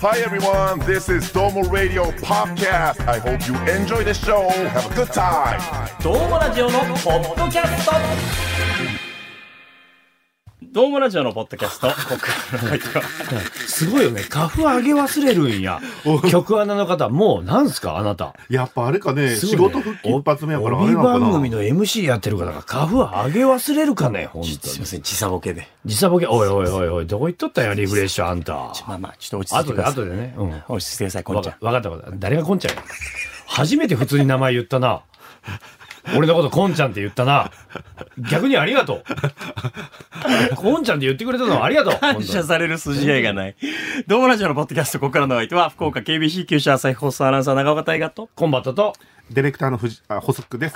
Hi everyone, this is Domo Radio Podcast. I hope you enjoy the show. Have a good time. どうもラジオのポッドキャストどうもラジオのポッドキャストここから入ってこすごいよね。花粉上げ忘れるんや。曲穴の方、もうなんすかあなた。やっぱあれかね、す仕ごいね事復帰一発目やからあれ帯なのかな。番組の MC やってる方が花粉上げ忘れるかね、本当に。 すいません、時差ボケで。時差ボケ、おいおいおいおい、どこ行っとったんや、リフレッシュあんた。まあまあ、ちょっと落ち着い後てくで、ださい。後でね。うん。わ落ち着いてください、こんちゃかわかったわかった。誰がこんちゃんや。初めて普通に名前言ったな。俺のことこんちゃんって言ったな。逆にありがとう。こんちゃんって言ってくれたのはありがとう。ん。感 謝される筋合いがない。どうもラジオのポッドキャスト、ここからのお相手は、福岡 KBC 九州朝日放送アナウンサー長岡大河と。コンバットと、ディレクターの藤あ細くです。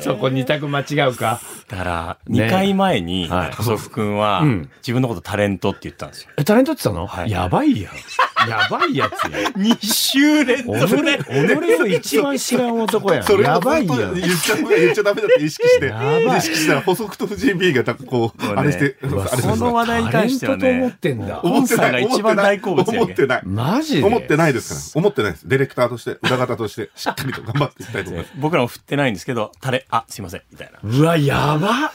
そこ二択間違うか。だから、ね2回前に、はい細く君はうん、自分のことタレントって言ったんですよ。え、タレントって言ったの、はいやばいや ん。やばいやつや。 2週連己続で。己を一番知らん男や そん。れやをずばいっやとん。言っちゃ言っちゃダメだって意識 して、意やばい識したら補足と藤井 B がなんかこう、もうねあれして、あうわれこの話題に関してはタレントね、と思ってんだ。お思ってないポンさんが一番大好物やけん思ってない。マジで思ってないですから。思ってないです。ディレクターとして、裏方として、しっかりと頑張っていきたいと 思います。僕らも振ってないんですけど、タレ、あ、すいません、みたいな。うわ、やば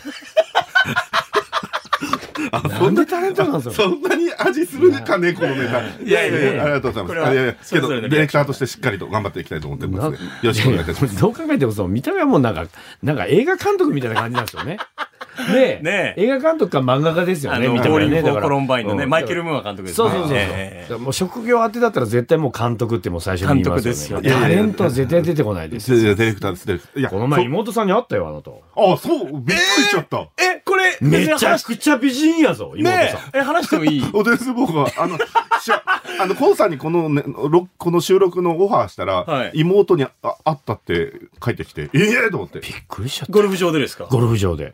なんでタレントなんすかそんなに味するかね、このネタ。いやいやいやありがとうございまこすれ。はあいやいや、そけれど、ぞれデのィレクターとしてしっかりと頑張っていきたいと思ってますので、よろしくお願いいたします。どう考えてもその見た目はもうなんか、なんか映画監督みたいな感じなんですよね。ねえ。ねえ映画監督か漫画家ですよあね、の、見たト目ーはリね。ング・コロンバインのうね、んマイケル・ムーア監督ですね。そうそうそうそう。ええもう職業当てだったら絶対もう監督ってもう最初に言いますよね。監督ですよねタレントは絶対出てこないですい。やいやディレクターです、ディレクター。いや、この前そ妹さんに会ったよ、あなた。あ、そう、びっくりしちゃった。え、これ、めちゃくちゃ美人やぞ、妹ねさん。え、え話してもいいおです僕は、あの、しゃ あの、コンさんにこの、ね、ろこの収録のオファーしたら、はい妹にあ会ったって帰ってきて、ええと思って。びっくりしちゃった。ゴルフ場でですかゴルフ場で。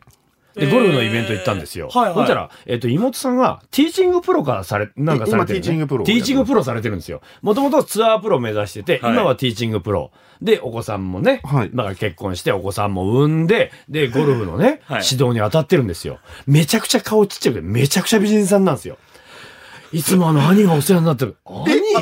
で、えーゴルフのイベント行ったんですよ。はいはいほんたら、えっ、と、妹さんが、ティーチングプロからされ、なんかされてる、今テね。ィーチングプロティーチングプロされてるんですよ。もともとツアープロ目指してて、はい今はティーチングプロ。で、お子さんもね、はいまあ結婚してお子さんも産んで、で、ゴルフのね、はい指導に当たってるんですよ。めちゃくちゃ顔ちっちゃくて、めちゃくちゃ美人さんなんですよ。いつもあの、兄がお世話になってる。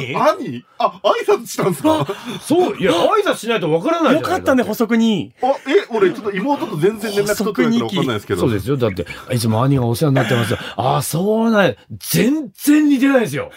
えあ兄あ、挨拶したんですかそう、いや、挨拶しないとわからないじゃよないかったね、補足に。あ、え、俺ちょっと妹と全然連絡取ってないから分かんないですけど。そうですよ。だって、いつも兄がお世話になってますよ。ああ、そうなんや全然似てないですよ。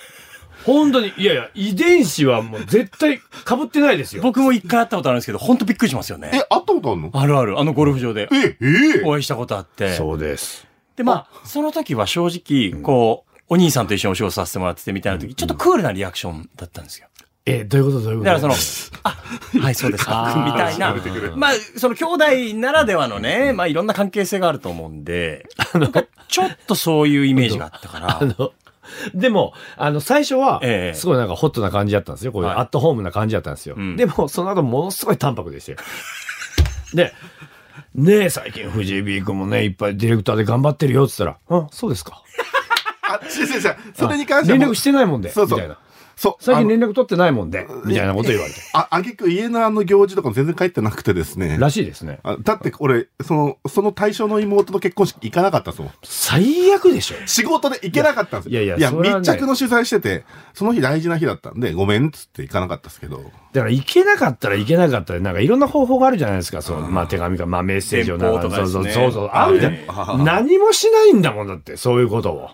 本当に。いやいや、遺伝子はもう絶対被ってないですよ。僕も一回会ったことあるんですけど、ほんとびっくりしますよえ、会ね。ったことあるのあるある、あのゴルフ場でえ、えお会いしたことあって。うです。で、まあ、その時は正直、こう、お兄さんと一緒にお仕事させてもらっててみたいな時、ちょっとクールなリアクションだったんですよ。え、どういうことどういうこだとから その、あ、はい、そうですか、みたいな。まあ、その兄弟ならではのね、まあいろんな関係性があると思うんで、なんかちょっとそういうイメージがあったから あ、の、でも、あの、最初はえ、えすごいなんかホットな感じだったんですよ。こういうはいアットホームな感じだったんですよ。んでも、その後ものすごい淡白でしたよ。で、ねえ、最近藤井 B 君もね、いっぱいディレクターで頑張ってるよって言ったら、あ、そうですか。あ、違う違う違う。それに関しては連もう絡してないもんで、そうそうみたいな。そう。最近あの連絡取ってないもんで、みたいなこと言われて。あ、あげく家のあの行事とかも全然帰ってなくてですね。らしいですね。あだって俺、その、その対象の妹の結婚式行かなかったぞ。最悪でしょ。仕事で行けなかったんですよ。いやいやいや、それはね密着の取材してて、その日大事な日だったんで、ごめんっつって行かなかったですけ ど。だから、行けなかったら行けなかったら、なんかいろんな方法があるじゃないですか。その、まあ、手紙か、まあ、メッセージをなん電報とかそうですそうねそうそう、あるじゃはん。何もしないんだもんだって、そういうことを。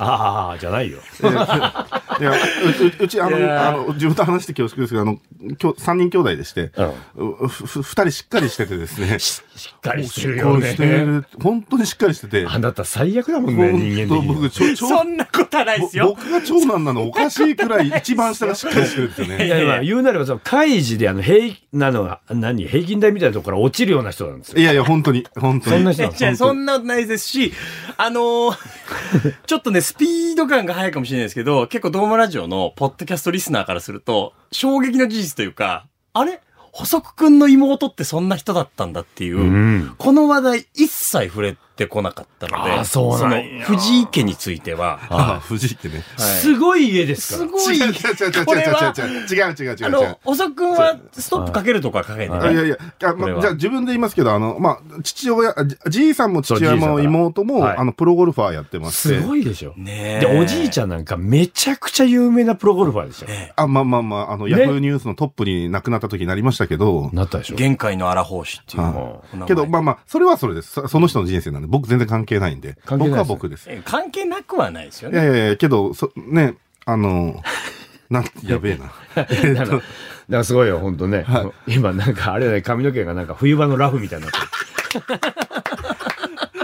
ああ、じゃないよ。いや、うううち、あの、いやあの、自分と話して恐縮ですけど、あの、きょ三人兄弟でして、うふふ二人しっかりしててです ね。ししっかりしてるっかよりしてね。る。本当にしっかり してて。あなた最悪だもんね、本人間的当に。僕、ちょ、ちょそんなことはないですよ。僕が長男なのおかしいく らい一番下がしっかりしてるんですよいね。や、まあ、言うなれば、その、開示で、あの、平、なのが、何、平均台みたいなところから落ちるような人なんですよ。いやいや、本当に、本当に。そんな人えなのじゃあそんなことないですし、あのーちょっとね、スピード感が速いかもしれないですけど、結構ドームラジオのポッドキャストリスナーからすると、衝撃の事実というか、あれ補足くんの妹ってそんな人だったんだっていう、うん。この話題一切触れってこなかったのあで、ーそうなんのや藤井家については、はああ、藤井家ね。いすごい家ですから。すごい違う違う違う違うこれは違う違う違う違う違う違う違あう違うの、細くんはストップかけるとかかけないいね。やいや、あこれまはじゃあ自分で言いますけど、あの、まあ、父親、あじじいさんも父そう親じいさんもから妹も、はいあの、プロゴルファーやってまして。すごいでしょ。ねで、おじいちゃん。ゃんなんかめちゃくちゃ有名なプロゴルファーでしょ。ねあ、まあまあまあ、あの、ねヤフーニュースのトップに亡くなった時になりましたけど、なったでしょ。限界の荒法師っていうはお名前。けど、まあまあ、それはそれです。そその人の人生なんで、僕全然関係ないんで。関係ない僕ですは僕です。いえ関係なくはないですよね。やいやいや、けど、そ、ね、あの、なん、やべえな。なんかなんかすごいよ、ほんとね。今なんかあれだね、髪の毛がなんか冬場のラフみたいになってる。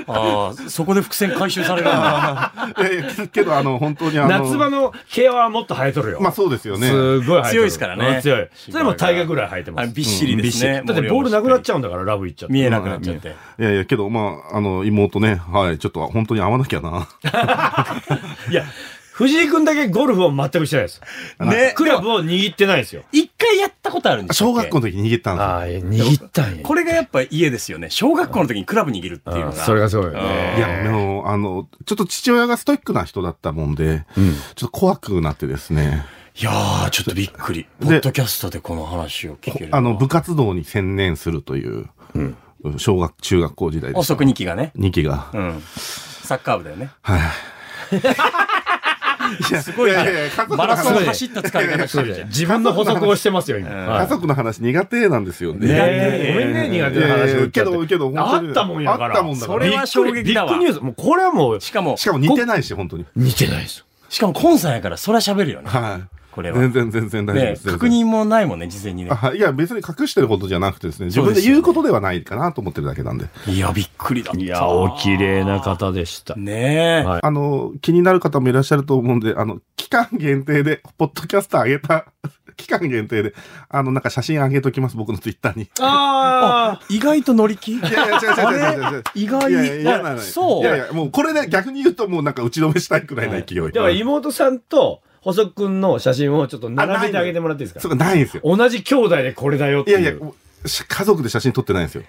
ああ、そこで伏線回収されるんだ。いやいや、 けど、あの、本当にあの、夏場の毛はもっと生えとるよ。まあそうですよね。すごい生えとる強いですからねうん強い。それも大河ぐらい生えてまあす。びっしりですね。だってボールなくなっちゃゃうんだから、ラフいっちゃっ見て。えなくなっちゃって。いやいや、けど、まあ、あの、妹ね、はい、ちょっと本当に会わなきゃな。いや、藤井君だけゴルフを全くしてないです。ねクラブを握ってないですよ。一回やったことあるんです 小学校のの時に逃げたんですよ。ああ、握ったんや。これがやっぱ家ですよね。小学校の時にクラブ握るっていうのが。それがすごいよね。いや、もう、あの、ちょっと父親がストイックな人だったもんで、ちょっと怖くなってですね、いやー、ちょっとびっくり。ポッドキャストでこの話を聞けるは。あの、部活動に専念するという、小学、中学校時代です。遅く2期がね。 2期が。うん。サッカー部だよね。 すごいねやいや、家族のマラソン話、走った疲れ方してるじゃん。自分の補足をしてますよ、今。は家い族の話苦手なんですよね。ねえごめんね、苦手な話を言っちゃっていやいやけどけど本当にあったもんやから。あったもんだからそれは衝撃だわビッグニュース。もうこれはもう、しかも、しかも似てないし、本当に。似てないです。しかもコンさんやから、そりゃ喋るよね。はい。これは。全然全然大丈夫でねす。全然確認もないもんね、事前にね。あいや、別に隠してることじゃなくてですね、自分で言うことではないかなと思ってるだけなんで。いや、びっくりだった。いや、お綺麗な方でした。ねえ。はいあの、気になる方もいらっしゃると思うんで、あの、期間限定で、 ポッドキャスト上げた、 期間限定で、あの、なんか写真上げときます、僕のツイッターに。あ意外と乗り気いやいや、違う違う違う違う違う。意外いやいやいやなあそういやいや、もうこれで逆に言うともうなんか打ち止めしたいくらいの勢い。あ。では妹さんと細くんの写真をちょっと並べてあないのあげてもらっていいですそかうか、ないんですよ。同じ兄弟でこれだよっいていやう。いや、し家族で写真撮ってないんですよ。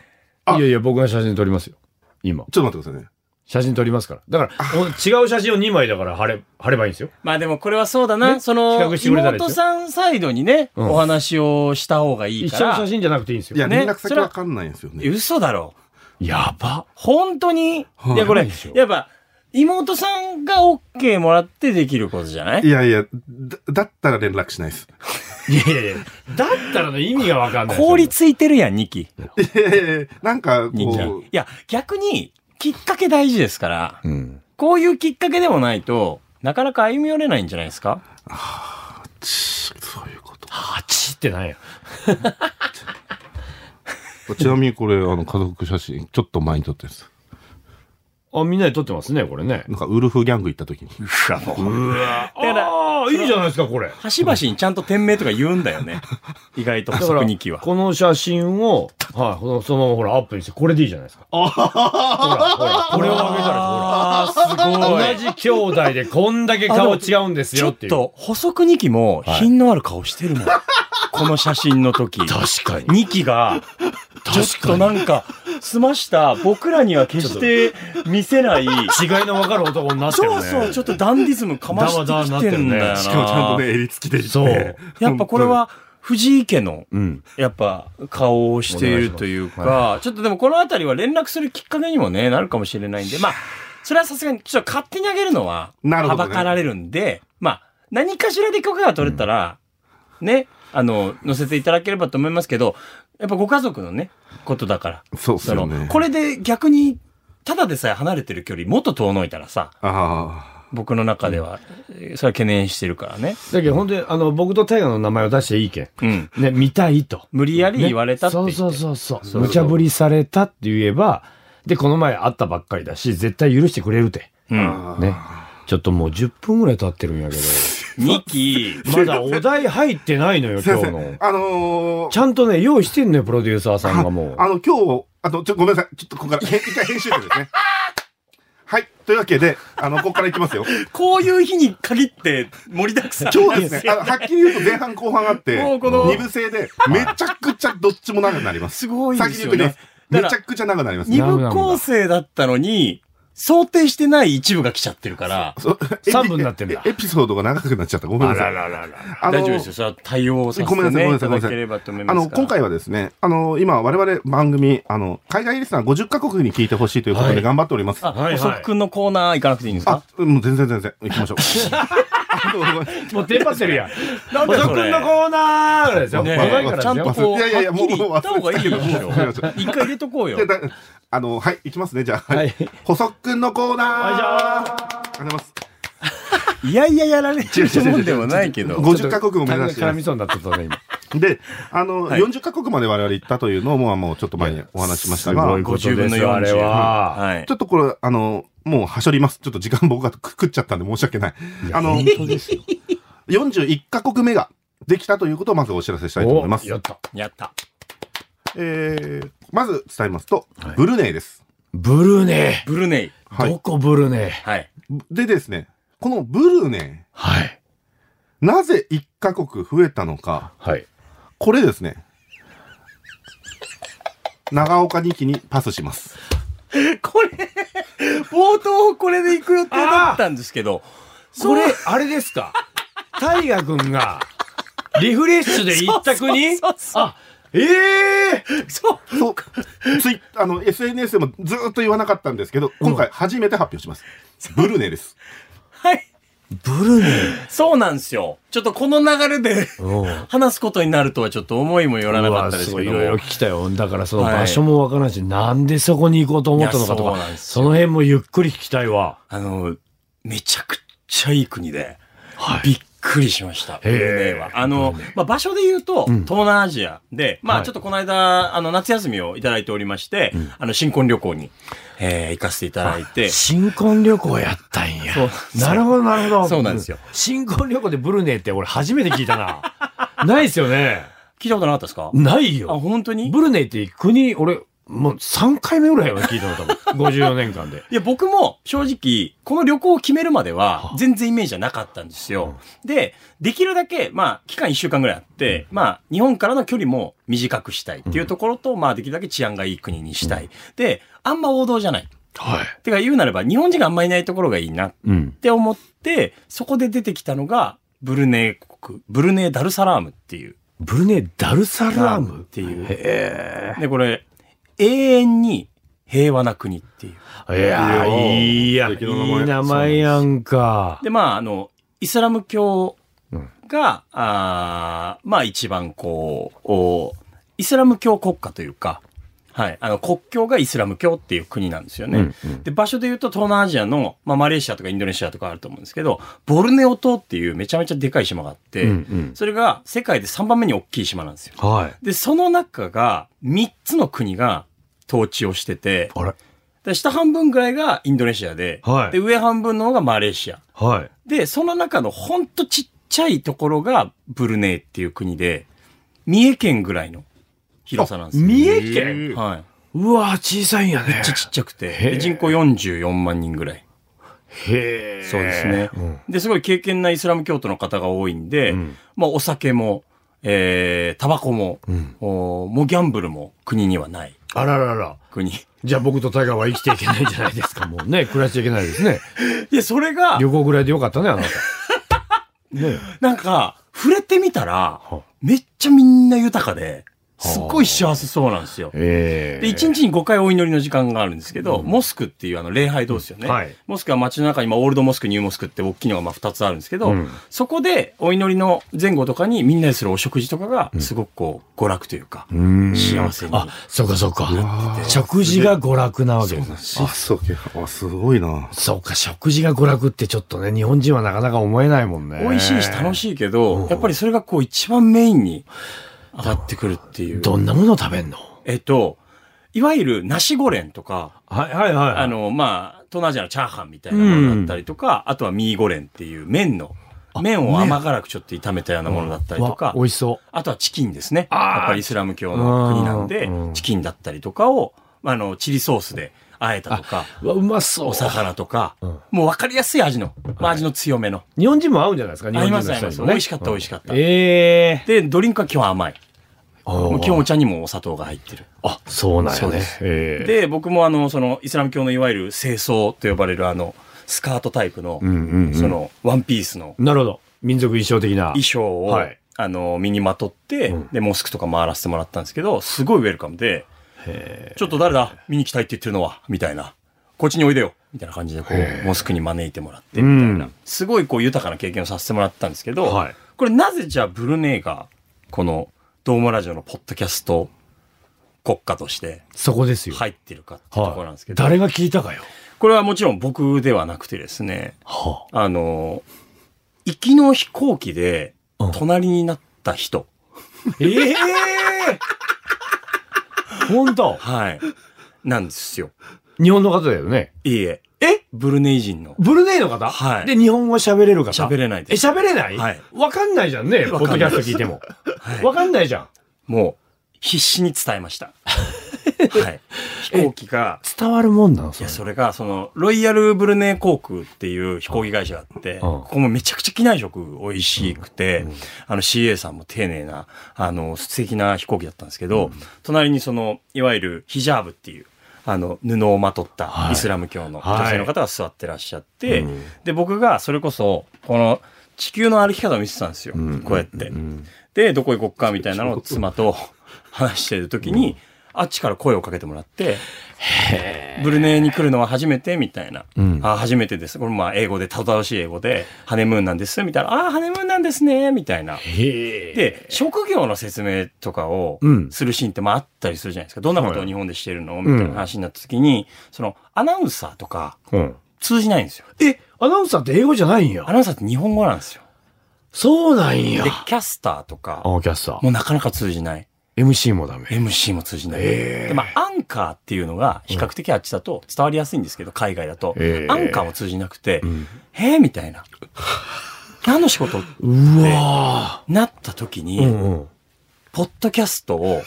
あいやいや、僕が写真撮りますよ。今。ちょっと待ってくださいね。写真撮りますから。だから、お違う写真を2枚だから貼れ、貼ればいいんですよ。まあでもこれはそうだな。ねその、比較してくれたでしょ妹さんサイドにね、うんお話をした方がいい一か緒のら。写真じゃなくていいんですよ。いや、ね連絡先わかんないんですよね。嘘だろ。やば。本当に、はいい、やこないれでしょ、やっぱ、妹さんが OK もらってできることじゃないいやいや、だだったら連絡しないです。いやいやいや、だったらの意味がわかんないですよ。凍りついてるやん、2期。いやいやいやなんか、人気。こいや、逆に、きっかけ大事ですから、うん。こういうきっかけでもないと、なかなか歩み寄れないんじゃないですかう、そういうこと。 8ってなんや。ちなみにこれ、あの、家族写真、ちょっと前に撮ったやつ。あ、みんなで撮ってますね、これね。なんか、ウルフギャング行った時 に。だからああ、いいじゃないですか、これ。端々にちゃんと店名とか言うんだよ ね。意外とだ補か足ら、 2期は。この写真を、はい、このそのままほら、アップにして、これでいいじゃないですか。あほら、ほら、これをあげたらあー、いいですほら。同じ兄弟でこんだけ顔違うんですちょよっっていう。と、補足2期も品のある顔してるもん。この写真の時。確かに。 2期が、ちょっとなんか、済ました、僕らには決して見せない、違いの分かる男になってるそね。うそう、ちょっとダンディズムかましてきてんだよダワダワなな。ってるねししかもちゃんとね、襟付きで行って。そうやっぱこれは、藤井家の、うん。やっぱ、顔をしているというお願か、いしちょっとでもこのあたりは連絡するきっかけにもね、なるかもしれないんで、まあ、それはさすがに、ちょっと勝手にあげるのは、なるはほどばねかられるんで、まあ、何かしらで許可が取れたら、ね、あの、載せていただければと思いますけど、やっぱご家族のね、ことだから。そうっすそよの、ね。これで逆に、ただでさえ離れてる距離、もっと遠のいたらさ、あ僕の中では、えーそれは懸念してるからね。だけど、本当に、あの、僕と大河の名前を出していいけん。うん。ね、見たいと。無理やり言われたって言って、そうそうそうそそうう無茶ぶりされたって言えばでこの前会ったばっかりだし絶対許してくれるてうん。ねちょっともう10分ぐらい経ってるんやけミキ、どまだお題入ってないのよ今日のあ。あのー、ちゃんとね用意してんのよプロデューサーさんがもうあの、今日、あと、ちょ、ごめんなさい。ちょっとここから、へ一回編集点ですね。はい。というわけで、あの、ここからいき ますよ。こういう日に限って盛りだくさん。今日ですね、あのはっきり言うと前半後半あって、もうこの二部制で、めちゃくちゃどっちも長くなります。すごいです先よねに言っときます。だめからちゃくちゃ長くなりますねい二部や。構成だったのに、想定してない一部が来ちゃってるから、そう三分になってんだエピエピソードが長くなっちゃった。ごめんなさい。ららら。あの大丈夫ですよ。それは対応させごめんてなさいごめんないさね、たいごめんだなさいければと思いまあすの、から。今回はですね、あの、今、我々番組、あの、海外リスナー50カ国に聞いてほしいということはでい頑張っております。あ、はいはい細くんのコーナー行かなくていいんですあか、もう全然全然。行きましょう。あのごめんもうテンパってるやん。なん細くんのコーナーですよ。ねえ若いからちゃんですとよ。こう、いやいやいやはっきりもう言った方がいいよ。もう忘れてた一回入れとこう よいや。だあの、はい、行きますね、じゃあ。はい補足くんのコーナーはいじゃあありがとうございます。いやいややられてるもんでもないけど。 50カ国を目指して絡まみす。そうになってたね、今。で、あの、はい40カ国まで我々行ったというのも、もうちょっと前にお話ししましたすがごい、こ50分の40。あれははいちょ。っとこれ、あの、もうはしょります。ちょっと時間僕がくくっちゃったんで申し訳ない。あの、41カ国目ができたということをまずお知らせしたいと思いますや。った。やった。えー、まず伝えますと、ブルネイです。ブルネブルネイ。イ。はいどこブルネイ。はい。でですね、このブルネはい。イ、なぜ1カ国増えたのか、はい。これですね。長岡二期にパスします。これ、冒頭これで行く予定だったんですけど、これ、あれですか大河君が、リフレッシュで一択にそうそうそうあ、ええそう。そう、ツイあの、SNS でもずーっと言わなかったんですけど、今回初めて発表します。ブルネイです。はい。ブルネそうなんですよ。ちょっとこの流れでイ。話すことになるとはちょっと思いもよらなうかっわたですすごけいいど。ろいろ聞きたよ。だからその場所もわからないし、なんでそこに行こうと思ったのかといやそうなんか、ですよその辺もゆっくり聞きたいわ。あの、めちゃくちゃいい国で、はびっくりしました。へーブルネイは。あの、まあ、場所で言うと、東南アジアで、まはあ、いちょっとこの間、あの、夏休みをいただいておりまして、あの、新婚旅行に、えー行かせていただいて、新婚旅行やったんやそう。なるほど、なるほど。そうなんですよ。新婚旅行でブルネイって俺初めて聞いたな。 ないですよね。聞いたことなかったですかないあ、よ。本当にブルネイって国、俺、もう3回目ぐらいは聞いたの多分。54年間で。いや、僕も正直、この旅行を決めるまでは、全然イメージはなかったんですよ。で、できるだけ、まあ、期間1週間ぐらいあって、まあ、日本からの距離も短くしたいっていうところと、まあ、できるだけ治安がいい国にしたい。で、あんま王道じゃない。はい。てか、言うなれば、日本人があんまいないところがいいなっうんっ。て思って、そこで出てきたのが、ブルネイ国、ブルネイダルサラームっていう。ブルネイダルサラームっていうへで、これ、永遠に平和な国っていう。え。いやー、いいや、い素敵な名前い名前やんか。で、まあ、あの、イスラム教うんが、あーまあ、一番こう、おイスラム教国家というか、はい、あの、国境がイスラム教っていう国なんですよね。うんうんで、場所で言うと東南アジアの、まあ、マレーシアとかインドネシアとかあると思うんですけど、ボルネオ島っていうめちゃめちゃでかい島があって、うんうんそれが世界で3番目に大きい島なんですよ。はい。で、その中が3つの国が統治をしてて、あれで下半分ぐらいがインドネシアで、はいで、上半分の方がマレーシア。はい。で、その中のほんとちっちゃいところがブルネイっていう国で、三重県ぐらいの広さなんですよ。三重県はうわー、小さいんやい。ねち。ちっちゃくて、へえで人口44万人ぐらい。へえ。そうですね。うんで、すごい敬虔なイスラム教徒の方が多いんで、うんまあお酒も、えー、タバコも、うんおーもうギャンブルも国にはないあららら。 国。じゃあ僕とタイガーは生きていけないんじゃないですか。もうね、暮らしていけないです ね。で、それが、旅行ぐらいでよかったね、あなた。ねなんか、触れてみたらは、めっちゃみんな豊かで、すっごい幸せそうなんですよ。えで、1日に5回お祈りの時間があるんですけど、モスクっていうあの礼拝堂ですよね。はいモスクは街の中に、まあ、オールドモスク、ニューモスクって大きいのがまあ2つあるんですけど、うんそこでお祈りの前後とかにみんなでするお食事とかが、すごくこう、娯楽というか、幸せに。あ、そうかそうかわ。ー食事が娯楽なわけ。あ、そうけ。あ、すごいな。そうか、食事が娯楽ってちょっとね、日本人はなかなか思えないもんね。美味しいし楽ししいけど、やっぱりそれがこう一番メインに上がってくるっていう。どんなものを食べんのえっと、いわゆるナシゴレンとか、はいはいはい。あ、の、まあ、東南アジアのチャーハンみたいなものだったりとか、あとはミーゴレンっていう麺の、麺を甘辛くちょっと炒めたようなものだったりとか、美味しそう。あとはチキンですね。あーやっぱりイスラム教の国なんでうん、チキンだったりとかを、まああの、チリソースで和えたとか、うわ、うまそう。お魚とか、んもう分かりやすい味の、まあ、味の強めの。日本人も合うんじゃないですか日本人の人にもね合います合います美味しかった美味しかったうんえで、え。ドリンクは今日は甘い。もう基本お茶にもお砂糖が入ってる。あ、そうなんそやうでね。ええで、僕もあの、その、イスラム教のいわゆる清掃と呼ばれるあの、スカートタイプの、うんうんうんその、ワンピースのなるほど。民族衣装的な。衣装を、はいあの、身にまとって、うんで、モスクとか回らせてもらったんですけど、すごいウェルカムで、ちょっと誰だ見に来たいって言ってるのは、みたいな。こっちにおいでよみたいな感じで、こう、モスクに招いてもらって、みたいな。うんすごいこう、豊かな経験をさせてもらったんですけど、はいこれなぜじゃあブルネイが、この、ドームラジオのポッドキャスト国家としてそこですよ。入ってるかってところなんはですい。けど、誰が聞いたかよ。これはもちろん僕ではなくてですね、はあの、行きの飛行機でうん、隣になった人。あ、ええ本当はい。なんですよ。日本の方だよね。いいえ。えブルネイ人の。ブルネイの方はいで、日本語喋れる方喋れないえ、です。喋れないはいわかんないじゃんね、ポわッかドんキないャスト聞いても。はいわかんないじゃん。もう、必死に伝えました。はい。飛行機が、伝わるもんなんいそや、れ。それが、その、ロイヤルブルネイ航空っていう飛行機会社があって、ここもめちゃくちゃ機内食美味しくて、あの CA さんも丁寧な、あの、素敵な飛行機だったんですけど、隣にその、いわゆるヒジャーブっていう、あの、布をまとったいイスラム教のはい女性の方が座ってらっしゃって、で、僕がそれこそ、この、地球の歩き方を見てたんですよ。こうやって。で、どこ行こっかみたいなのを妻と 話してる時に、あっちから声をかけてもらって、ブルネイに来るのは初めてみたいな。あ初めてです。これまあ英語で、たどたどしい英語で、ハネムーンなんですみたいな。あハネムーンなんですねみたいな。へえ。で、職業の説明とかをうんするシーンってまああったりするじゃないですか。どんなことを日本でしてるのみたいうんな話になった時に、そのアナウンサーとかうん。通じないんですよ。え、アナウンサーって英語じゃないんやア。ナウンサーって日本語なんですよ。そうなんやで。、キャスターとか、あ、キャスター。もうなかなか通じない。 MC もダメ。 MC も通じない。へーでまあ、アンカーっていうのが、比較的あっちだと伝わりやすいんですけど、海外だと。へーアンカーも通じなくて、へえみたい な。何の仕事うわなった時ぁ。に、うん。ポッドキャストを、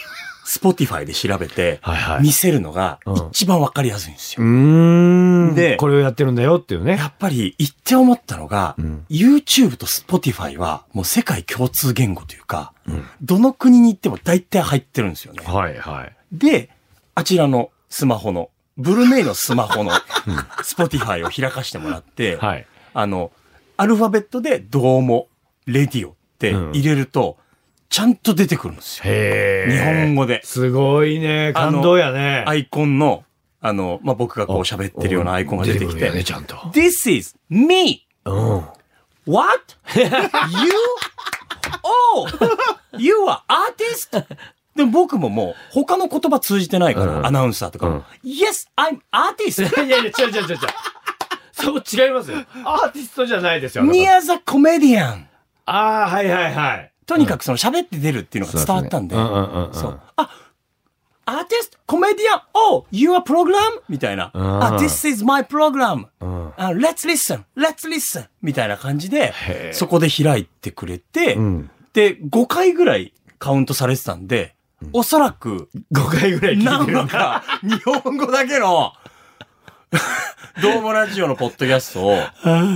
スポティファイで調べて、はいはい。見せるのがうん一番わかりやすいんですうよ。ーん。でこれをやってるんだよっていうねや。っぱり、言って思ったのが、ん YouTube と Spotify は、もう世界共通言語というか、どの国に行っても大体入ってるんですよね。はいはい。で、あちらのスマホの、ブルネイのスマホの、スポティファイを開かしてもらって、はい。あの、アルファベットで、どうも、レディオって入れると、ちゃんと出てくるんですよ。へえ。日本語で。すごいね。感動やね。アイコンの、あの、まあ、僕がこう喋ってるようなアイコンが出てきるよね、て、ちゃんと。 This is me! うん。 What? you? Oh! You are artist? でも僕ももう他の言葉通じてないから、うんアナウンサーとかも、うん Yes, I'm artist! いやいや、違う違う違う違う。そこ違いますよ。アーティストじゃないですよ。あ Near the comedian! あー、はいはいはい。とにかくその喋って出るっていうのが伝わったんで、うんうんうんうん。そう。あ、アーティスト、コメディアン、oh, your program? みたいな。んあ、this is my program. んあ let's listen, let's listen. みたいな感じで、そこで開いてくれて、んで、5回ぐらいカウントされてたんで、おそらく、 5回ぐらい聞ないんてる。か、日本語だけ の、どうもラジオのポッドキャストを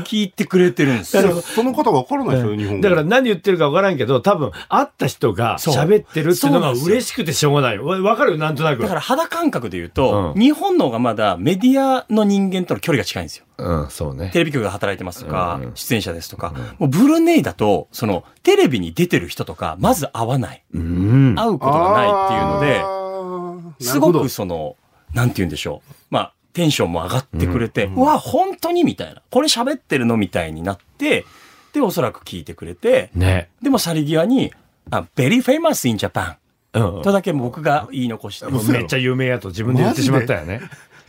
聞いてくれてるんですよ。その方が分からないですよ、日本語。だから何言ってるか分からんけど、多分、会った人がそう喋ってるっていうのがそうなんですよ嬉しくてしょうがない。わ分かるよなんとなくだ。から肌感覚で言うと、うん日本の方がまだメディアの人間との距離が近いんですよ。うん、そうねテ。レビ局が働いてますとか、うんうん出演者ですとか、もうブルネイだと、その、テレビに出てる人とか、まず会わない。うん。会うことがないっていうのいうので、すごくその、なんて言うんでしょう。まあ、テンションも上がってくれて、うわ、本当にみたいな。これ喋ってるのみたいになって、で、おそらく聞いてくれて、ね。でも去り際に、あ、very famous in Japan うんとだけ僕が言い残して、もうめっちゃ有名やと自分で言ってしまったよね。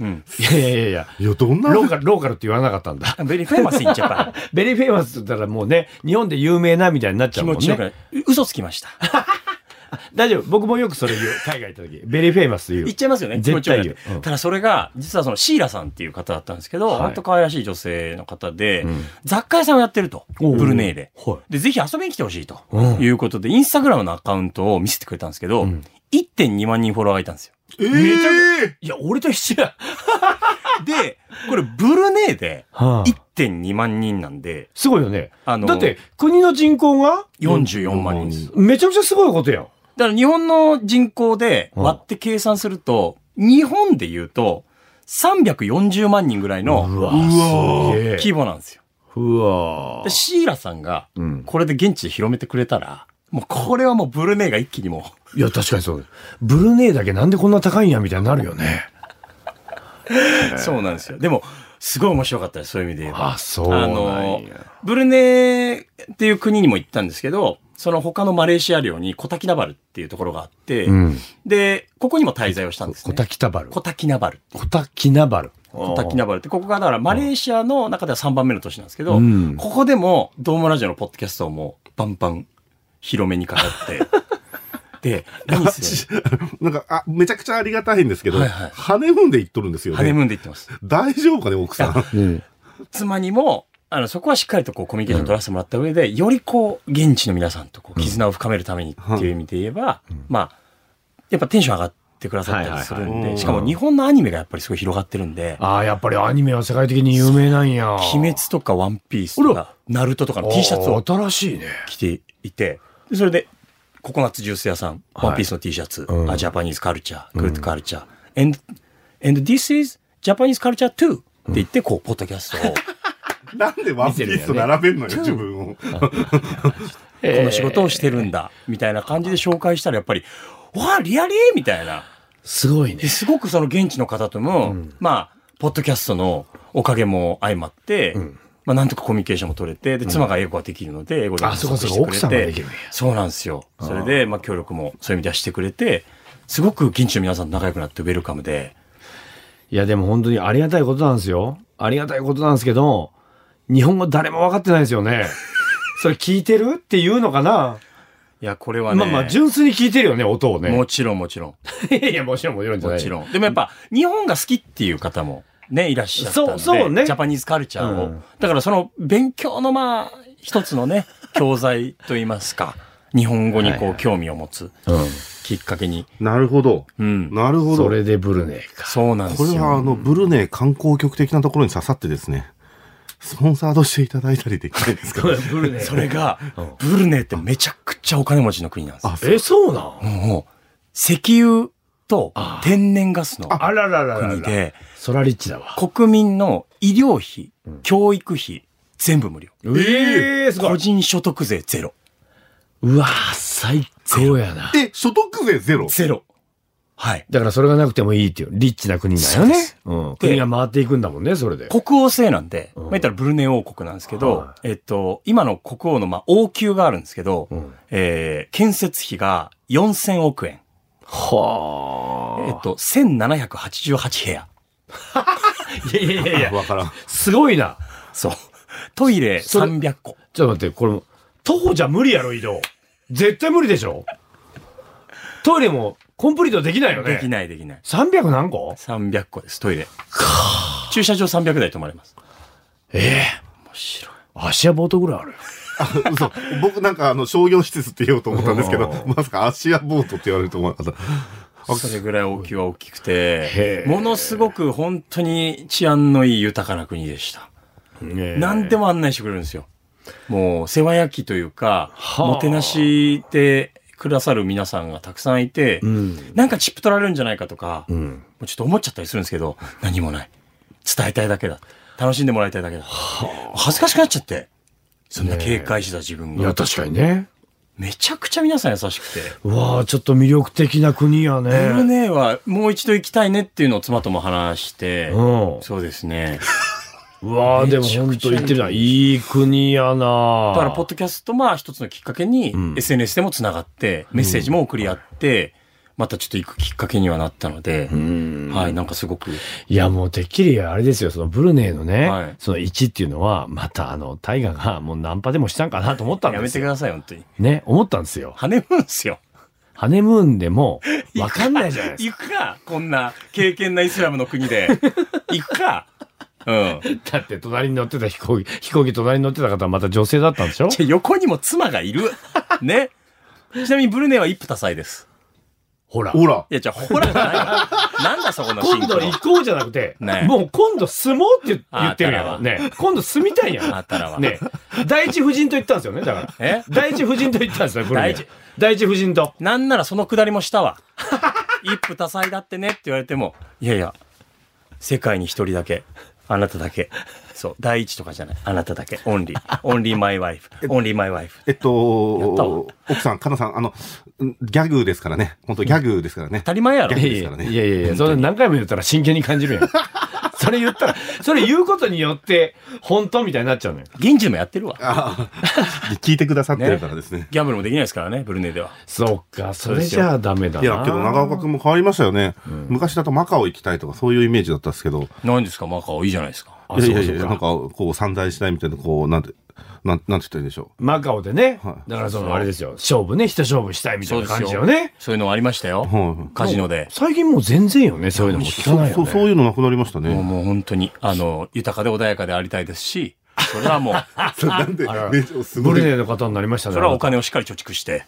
うん。いやいやいやいや。いや、どんなローカル、ローカルって言わなかったんだ。 very famous in Japan ベリーフェイマスって言ったらもうね、日本で有名なみたいになっちゃ気うもん持ね。ちよくない。嘘つきました。大丈夫。僕もよくそれ言う。海外行った時。ベリーフェイマス言う 言っ。ちゃいますよね。絶対言気持ちようくなってうんただそれが、実はそのシーラさんっていう方だったんですけど、はい本当可愛らしい女性の方で、雑貨屋さんをやってると。ブルネイで。はで、ぜひ遊びに来てほしいとうんいうことで、インスタグラムのアカウントを見せてくれたんですけど、1.2万人フォロワーがいたんですよ。えめちゃーい。いや、俺と一緒や。で、これブルネイではあ1.2万人なんで、すごいよね。あのだって、国の人口が44万人です。めちゃくちゃすごいことやん。だから日本の人口で割って計算すると、日本で言うと、340万人ぐらいのわうわすげえ規模なんですよ。うわでシーラさんが、うんこれで現地で広めてくれたら、もうこれはもうブルネイが一気にもいや確かにそうブルネイだけなんでこんな高いんやみたいになるよねう、そうなんですよ。でも、すごい面白かったです、そういう意味で言えば。あそうあなのんや、ブルネイっていう国にも行ったんですけど、その他のマレーシア領にコタキナバルっていうところがあって、うんで、ここにも滞在をしたんですコね。タキタバルコタキナバルっていう。コタキナバルコタキナバルって、ここがだからマレーシアの中では3番目の都市なんですけど、うんここでも、ドームラジオのポッドキャストをもうバンバン広めにかかって、で、何するなんか、あ、めちゃくちゃありがたいんですけど、はいはいハネムーンで行っとるんですよハネね。ムーンで行ってます。大丈夫かね、奥さん。うん妻にも、あの、そこはしっかりとこうコミュニケーション取らせてもらった上で、よりこう、現地の皆さんとこう、絆を深めるためにっていう意味で言えば、まあ、やっぱテンション上がってくださったりするんで、はいはいはいしかも日本のアニメがやっぱりすごい広がってるんで、ああやっぱりアニメは世界的に有名なんや鬼滅とかワンピースとあか、ナルトとかの T シャツをあー新しいね着ていて、でそれで、ココナッツジュース屋さん、はいワンピースの T シャツ、うんあジャパニーズカルチャー、グッドカルチャー、and, and this is Japanese culture too! って言って、こう、ポッドキャスト を、なんでワンピースと並べんのよ、自分を。この仕事をしてるんだ、みたいな感じで紹介したら、やっぱり、わあ、リアリーみたいな。すごいねですごくその現地の方とも、まあ、ポッドキャストのおかげも相まって、まあ、なんとかコミュニケーションも取れて、で、妻が英語ができるので、英語であそうかそうか約束してくれて奥さんができるんやそうなんですよ。それで、まあ、協力もそういう意味ではしてくれて、すごく現地の皆さんと仲良くなってウェルカムで、いやでも本当にありがたいことなんですよ。ありがたいことなんですけど、日本語誰も分かってないです よね。それ聞いてるっていうのかな、いや、これはね、まあまあ純粋に聞いてるよね、音をね。もちろんもちろん。いやいや、もちろんもちろんじゃなもい。ちろん。でもやっぱ、日本が好きっていう方もね、いらっしゃったので。そうそうねジャパニーズカルチャーを。うんだからその勉強のまあ、一つのね、教材といいますか、日本語にこう興味を持つきっかけに。なるほど。うん。なるほど。そこれれでブルネイか。そうなんですよ。は、あの、ブルネイ観光局的なところに刺さってですね、スポンサードしていただいたりできないですかブルネそれが、ブルネイってめちゃくちゃお金持ちの国なんですよ。え、そうなんもう、石油と天然ガスのあらららら国ら。で、ソラリッチだわ。国民の医療費、教育費、全部無料。ええすご個い。人所得税ゼロ。うわぁ、最高やな。え、所得税ゼロゼロ。はい。だからそれがなくてもいいっていう、リッチな国だよそうねです。うん、国が回っていくんだもんね、それで。国王制なんで、うんまあ、言ったらブルネイ王国なんですけど、はえっと、今の国王のまあ王宮があるんですけど、んえー建設費が4000億円。はえっと、1788部屋。ぁ。いやいやいやあわからん。すごいな。そう。 トイレそれ300個。ちょっと待って、これ、徒歩じゃ無理やろ、移動。絶対無理でしょトイレもコンプリートできないよね。できないできない。 300何個300個です、トイレ。駐車場300台止まれます。え面白い。え芦屋ボートぐらいあるよ。あ 嘘僕なんかあの商業施設って言おうと思ったんですけど、まさか芦屋ボートって言われると思わなかった。あそれぐらい王宮は大きくてへ、ーものすごく本当に治安のいい豊かな国でした。何でも。も案内してくれるんですよ。もう、世話焼きというか、あもてなしでくださる皆さんがたくさんいて、うん。なんかチップ取られるんじゃないかとか、うもん。うちょっと思っちゃったりするんですけど、何もない。伝えたいだけだ。楽しんでもらいたいだけだ。恥ずかしくなっちゃって。そんな警戒してた自分いや、が。確かにね。めちゃくちゃ皆さん優しくて。うわあちょっと魅力的な国やブルね。ネイはもう一度行きたいねっていうのを妻とも話して、うん。そうですね。うわあでもめちゃく本ちゃ当言ってみたら、いい国やなだから、ポッドキャスト、まあ、一つのきっかけに、ん SNS でもつながって、メッセージも送り合って、またちょっと行くきっかけにはなったので、うん。はい、なんかすごく、いや、もうてっきりあれですよ、そのブルネイのね、はいその1っていうのは、またあの、タイガが もうナンパでもしたんかなと思ったんやめですてよ。ください、本当に。ね、思ったんですよ。跳ねむんすよ。ハネムーンで も、わかんないじゃないです行くか、こんな、経験なイスラムの国 で。行くか。うん。か。だって、隣に乗ってた飛行機、飛行機隣に乗ってた方はまた女性だったんでしょじゃあ横にも妻がいる。ね。ちなみに、ブルネイは一夫多妻です。ほら。ほら、いや、じゃあ、ほらじゃないわなんだそこのシン今度行こうじゃなくて、ねもう今度住もうって言言ってるやああたん。ね。今度住みたいやん。あたらはね。第一夫人と言ったんですよね、だから。え第一夫人と言ったんですよ、これ。第一第一夫人と。なんならそのくだりもしたわ。一夫多妻だってねって言われても、いやいや、世界に一人だけ、あなただけ。そう、第一とかじゃない。あなただけ。オンリー。オンリーマイワイフ。オンリーマイワイフ。えっやったわと、奥さん、加藤さん、あの、うんギャグですからね。本当ギャグですからね当。たり前やろい。やいいややいやいや、それ何回も言ったら真剣に感じ るやん。それ言ったら、それ言うことによって、本当みたいになっちゃうのよ。現地でもやってるわ。ああ聞いてくださってるからですね。ギャンブルもできないですからね、ブルネイでは。そっか、それじゃあダメだな。いや、けど長岡くんも変わりましたよね。昔だとマカオ行きたいとかそういうイメージだったんですけど。何ですか、マカオいいじゃないですか。いやいやそいうや、かなんかこう三大時代みたいな、こう、なんて、なんなんて言ったらいいんでしょマカオでねは。いだからその、あれですよ。勝負ね、一勝負したいみたいな感じよね。そういうのもありましたよう。。はいカジノで。最近もう全然よね、そういうのも聞かそなういよそうね。そういうのなくなりましたもうね。もう本当に、あの、豊かで穏やかでありたいですし、それはもう、そうなんであら、めすブごいル。ネイの方になりました ね。それはお金をしっかり貯蓄して、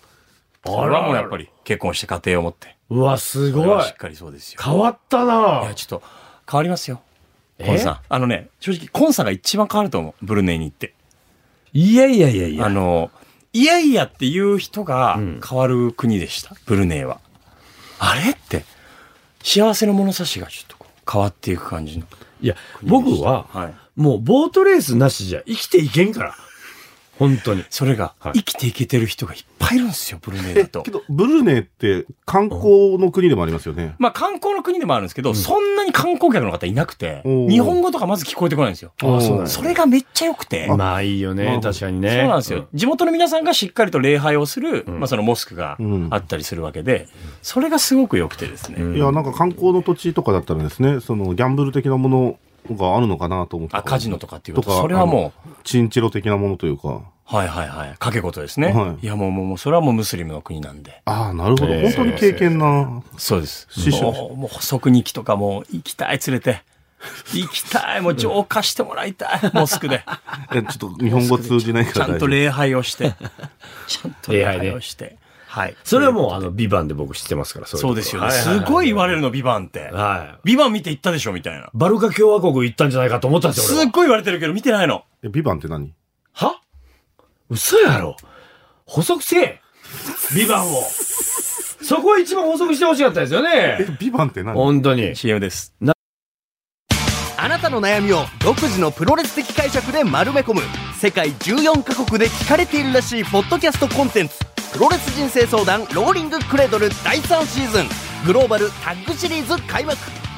それはもうやっぱり。り結婚して家庭を持って、うわ、すそれごいはし。っかりそうですよ。変わったいなや、ぁちょっと、変わりますよ。えコンさん。あのね、正直、コンさんが一番変わると思う。ブルネイに行って。いやいやいやいあや。の、いやいやっていう人がん変わる国でした。ブルネイは。あれって、幸せの物差しがちょっとこう変わっていく感じの。いや、僕は、はい。もうボートレースなしじゃ生きていけんから。本当に。それが、はい生きていけてる人がいっぱいいるんですよ、ブルネイえ、だとけ。ど、ブルネイって観光の国でもありますよね。まあ観光の国でもあるんですけど、そんなに観光客の方いなくて、おー日本語とかまず聞こえてこないんですよ。あそうなんやそれがめっちゃ良くて。まあいいよね、あ確かにね。そうなんですよ。地元の皆さんがしっかりと礼拝をする、まあそのモスクがうんあったりするわけで、それがすごく良くてですね。うんいや、なんか観光の土地とかだったらですね、そのギャンブル的なものがあるのかなと思って。あ、カジノとかっていうとこと。か、それはもう。チンチロ的なものというか。う、はいはいはい。かけ事ですね。はいい、やもうもうもう、それはもうムスリムの国なんで。ああ、なるほど。えー本当に経験な。そうです。師匠もう、もう補足日記とかもう行きたい連れて。行きたい。もう浄化してもらいた い。モスクで。え、ちょっと日本語通じないちからゃん大と丈夫。礼拝をして。ちゃんと礼礼拝拝をねして。はい。それはもう、あの、ビバンで僕知ってますから、そそうですよね。はいはすはごい言われるの、ビバンって。はビバン見て行ったでしょみたいな。い。バルカ共和国行ったんじゃないかと思ったんですすよ、っ俺ごい言われてるけど、見てないの。え、ビバンって何は。は嘘やろ補足せえビバンを。そこは一番補足してほしかったですよえ ね。、ビバンって何本当に。 CM です。あなたの悩みを独自のプロレス的解釈で丸め込む世界14カ国で聞かれているらしいポッドキャストコンテンツ「プロレス人生相談ローリングクレードル」第3シーズングローバルタッグシリーズ開幕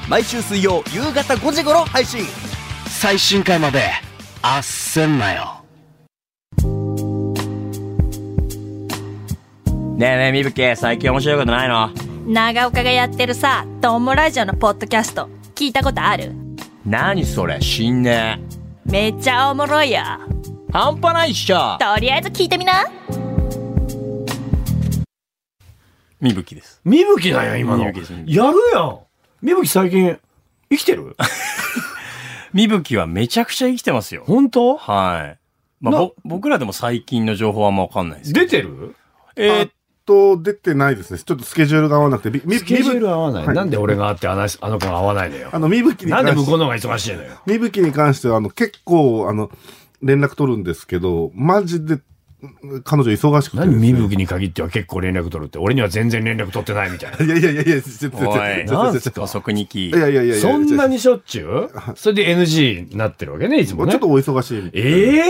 毎週水曜夕方5時頃配信最新回まであっせんなよねえねえ、みぶけ、最近面白いことないの長岡がやってるさ、トモラジオのポッドキャスト、聞いたことある何それ、死んねえ。めっちゃおもろいよ。半端ないっしょとりあえず聞いてみな。みぶきです。みぶきなんや、今の。みやぶきでるすやん。みぶき最近、生きてるみぶきはめちゃくちゃ生きてますよ。本当はい。まあ、なぼ僕らでも最近の情報はあんまわかんないですけど。 出てるえーあと、出てないですね。ちょっとスケジュールが合わなくて。みみスケジュール合わない。はいなんで俺があってあのあの子が合わないのよあ。の、みぶきになん関でし向こうて、の方が忙しいのよ。みぶきに関しては、あの、結構、あの、連絡取るんですけど、マジで、彼女忙しくて。何みぶきに限っては結構連絡取るって。俺には全然連絡取ってないみたいな。 いやいやいやいや、ちょっと、ちょっと、おい、ちなょっんとちょすか、っ遅くにきと、い。やいやいやいや、そんなに、にしょっちゅうそれで NG になってるわけね、いつちょもっね。とお忙しいみたいな。ええ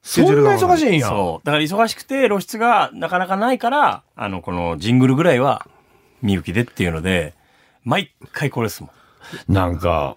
そケジュールんなが合わな忙いしいんや。そう。だから忙しくて露出がなかなかないから、あの、このジングルぐらいは、みゆきでっていうので、毎回これですもん。なんか、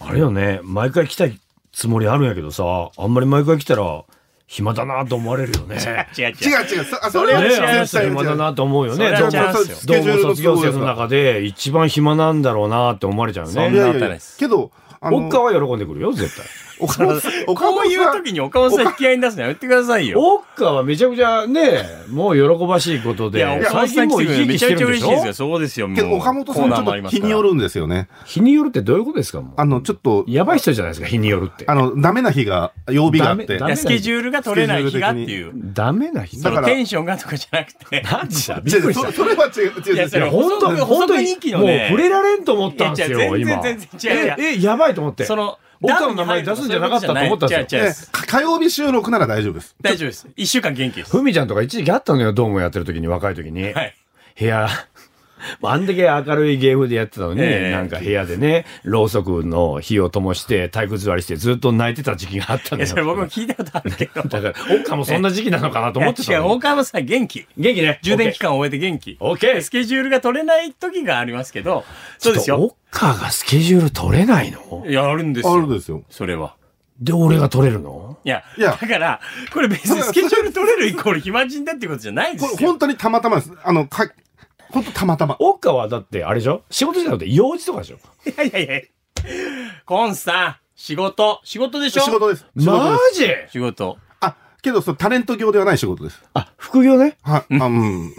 あれよね、毎回来たいつもりあるんやけどさ、あんまり毎回来たら、暇だなと思われるよね。ね違う違違う。う違う、そあそれあは絶の対人暇だ違う。なと思うよね。それはどう違うもそうそうスどケうジュもールの卒業都合生のです中で一番暇なんだろうなって思われちゃうそねんい。なやい当たやりいでやす、けど、あおっのか、は喜んでくるよ、絶対。岡本さん岡こう本いうさん時に岡本さん引き合いに出すのやめてくださいよ。おっかはめちゃくちゃね、もう喜ばしいこといでや、、岡本最さ近んも来うてくれ生るのきめち生きしゃてめちゃるで嬉ししいですょよ。そうですよ、もう。けど岡本さんちょっと気による。るんですよね。日によるってどういうことですかもうあの、ちょっと、やばい人じゃないですか、日によるって。あの、ダメな日が、曜日があってダいメ。やスケジュールが取れない日がっていう。ダメな人だそかのらテンションがとかじゃなくて。マジだ、び違っうく違うりしそたれ。それは違う、違ういやそれ違う。本当補足本当補足日に記のもうね触れられんと思ったんですいやよ、違う全然今。全然違う違うえ、え、やばいと思って。その、僕らの名前出すんじゃなかったと思ったんですよ。よ。違う違うえ火曜日収録なら大丈夫です。 大丈夫です。一週間元気です。ふみちゃんとか一時期あったのよ、ドームやってる時に、若い時に。はい。部屋、 あんだけ明るいゲームでやってたのに、ええなんか部屋でね、ろうそくの火を灯して、体育座りしてずっと泣いてた時期があったいんや、だそれよ。僕も聞いたことあるけど。だから、岡もそんな時期なのかなと思っていたや違う、の。岡山さん元気。元気ね。充電期間を終えて元気。オッケースケジュールが取れない時がありますけど、そうですよ。岡がスケジュール取れないのいやあるんですあるよ。んですよ。それは。で、俺が取れるのいや、いやだから、これ別 にスケジュール取れるイコール暇人だってことじゃないでこれすよ。本当にたまたまです。あの、か、本当たまたま。岡はだって、あれでしょ仕事じゃなくて、用事とかでしょいやいやいや。コンさん、仕事、仕事でしょ仕事です。仕事マです。ジ仕事。あ、けど、そのタレント業ではない仕事です。あ、副業ね。はい。あうん。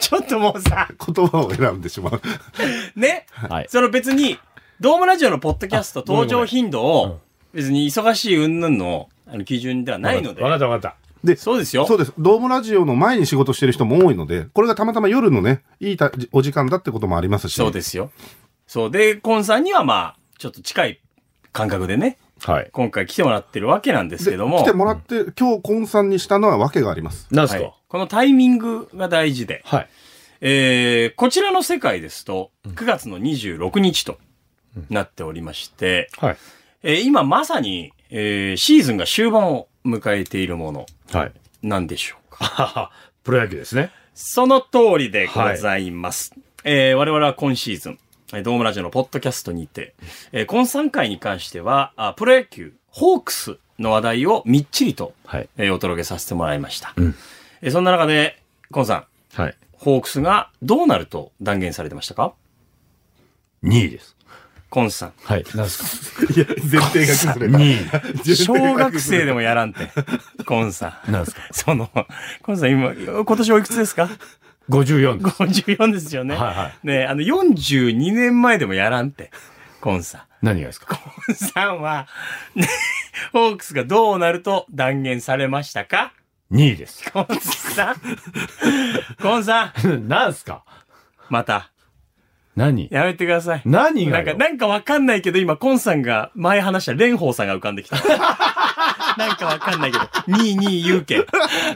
ちょっともうさ、言葉を選んでしまう。ね、はいその別に、ドームラジオのポッドキャスト登場頻度を、別に忙しい云々のあの基準ではないのでわ。かったわかっで、そうですよそう。です。ドームラジオの前に仕事してる人も多いので、これがたまたま夜のね、いいたお時間だってこともありますし。そうですよ。そう。で、コンさんにはまあ、ちょっと近い感覚でね、た。はい。今回来てもらってるわけなんですでけども。来てもらって、今日、コンさんにしたのは訳があります。なんすはいかこのタイミングが大事で。はい。えー、こちらの世界ですと、9月の26日となっておりまして、はい。えー今まさに、えーシーズンが終盤を迎えているものはい。なんでしょうか。ははプロ野球ですね。その通りでございます。えー我々は今シーズン、えードームラジオのポッドキャストにて、えー、今3回に関しては、あプロ野球、ホークスの話題をみっちりと、はい。えーお届けさせてもらいました。んえーそんな中で、コンさん、はい。ホークスがどうなると断言されてましたか2位です。コンさん。はい。なんすいや、前提が崩れかた。 ?2 小学生でもやらん て。コンさ位。ん。なんすかその、コンさん今、今年おいくつですか ?54 です。 ?54 ですよね。はいはねえあの、42年前でもやらんて。コンさん。何がですかコンさんは、ね、ホークスがどうなると断言されましたか ?2 位 です。コンさん。コンさん。なんすかまた、何やめてください。何ながんか、よなんかわかんないけど、今、コンさんが前話した蓮舫さんが浮かんできた。なんかわかんないけど、22有権。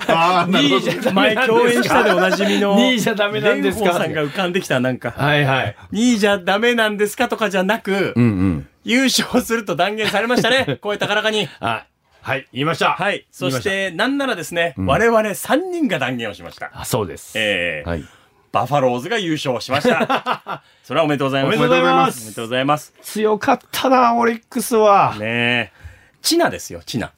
ああ、なるほど。前共演したでおなじみの。 2位じゃダメなんですか蓮舫さんが浮かんできた、なんか。はいはい。 2位じゃダメなんですかとかじゃなく、うんうん。優勝すると断言されましたね。声高らかに。はい。はい。言いました。はい。そし言いて、まなんならですね、ん我々3人が断言をしました。た。あ、そうです。えーはい。バファローズが優勝しました。それはおめでとうございます。おめでとうございまおすめでとうございます。強かったな、オリックスは。ねえ。チナですよ、チナ。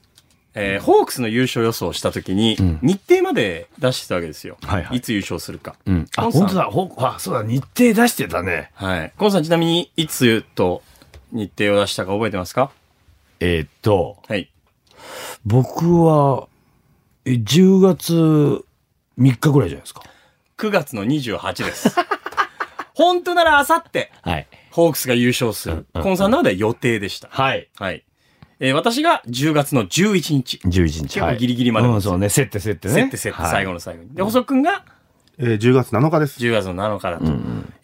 えーホークスの優勝予想をしたときに、日程まで出してたわけですよ。はいはいつ優勝するか。うん。あ、コンさん本当だ。ほんあ、そうだ。日程出してたね。はい。コンさん、ちなみに、いつと日程を出したか覚えてますかえーっと、はい。僕は、え10月3日ぐらいじゃないですか。 9月の28です。 本当ならあさって、はい。ホークスが優勝する。コンさんの中では予定でした。はい。はい。えー私が10月の11日。 11日。結構ギリギリまではいうん、そうね。競って競ってね。セッテセッテ、最後の。の最後に。で、細くんが えー10月7日です。 10月の7日だと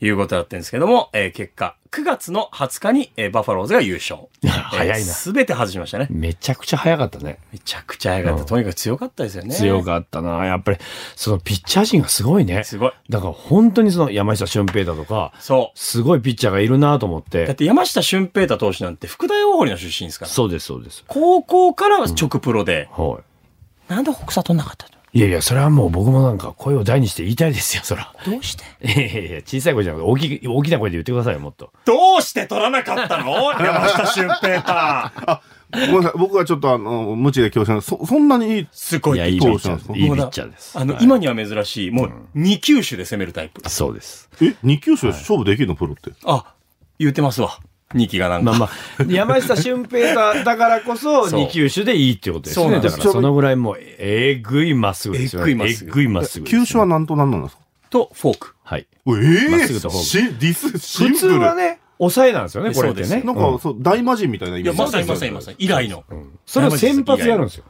いうことだったんですけども、えー結果、9月の20日に、えーバファローズが優勝。早いなすべて外しましたね。めちゃくちゃ早かったね。めちゃくちゃ早かった。うんとにかく強かったですよね。強っかったな。やっぱり、そのピッチャー陣がすごいねた。すごい。だから本当にその山下俊平だとか、そすごいピッチャーがいるなと思っ。う。だってて山下俊平太投手なんて福大大堀の出身ですから。そうです、そうです。高校からは直プロで、はなんで北斎取んなかったのい。いやいや、それはもう僕もなんか声を大にして言いたいですよ、そら。どうして いやいやいや、小さい声じゃなくて、大きい、大きな声で言ってくださいよ、もっと。どうして取らなかった の山下俊平太。あ、ごめんなさい。僕はちょっとあの、無知で恐縮そ、そんなにいい。すごいい。や、いいピ投ッ手チなんでャすかーです。いいピッチャーです。あの、はい今には珍しい、もう2球種で攻めるタイプ。そうです。え、2球種で勝負できるのプロって。あ、言ってますわ。2期がなんか。まあまあ、 山下俊平だだからこそ、そう2球種でいいってことですそうなね。んでだすから、そのぐらいもう、えぐいまっすぐですよね。えぐいまっすぐえぐいまっすぐですね。球種は何と何なんですかと、フォーク。はい。えまっえすぐとフォークしディス、シン普プ通ル。はね、抑えなんですよね、これってそうねです。なんか、そう、大魔人みたいなイいメや、ージ。まさにまさにまさに。以来の。それを先発やるんですよ。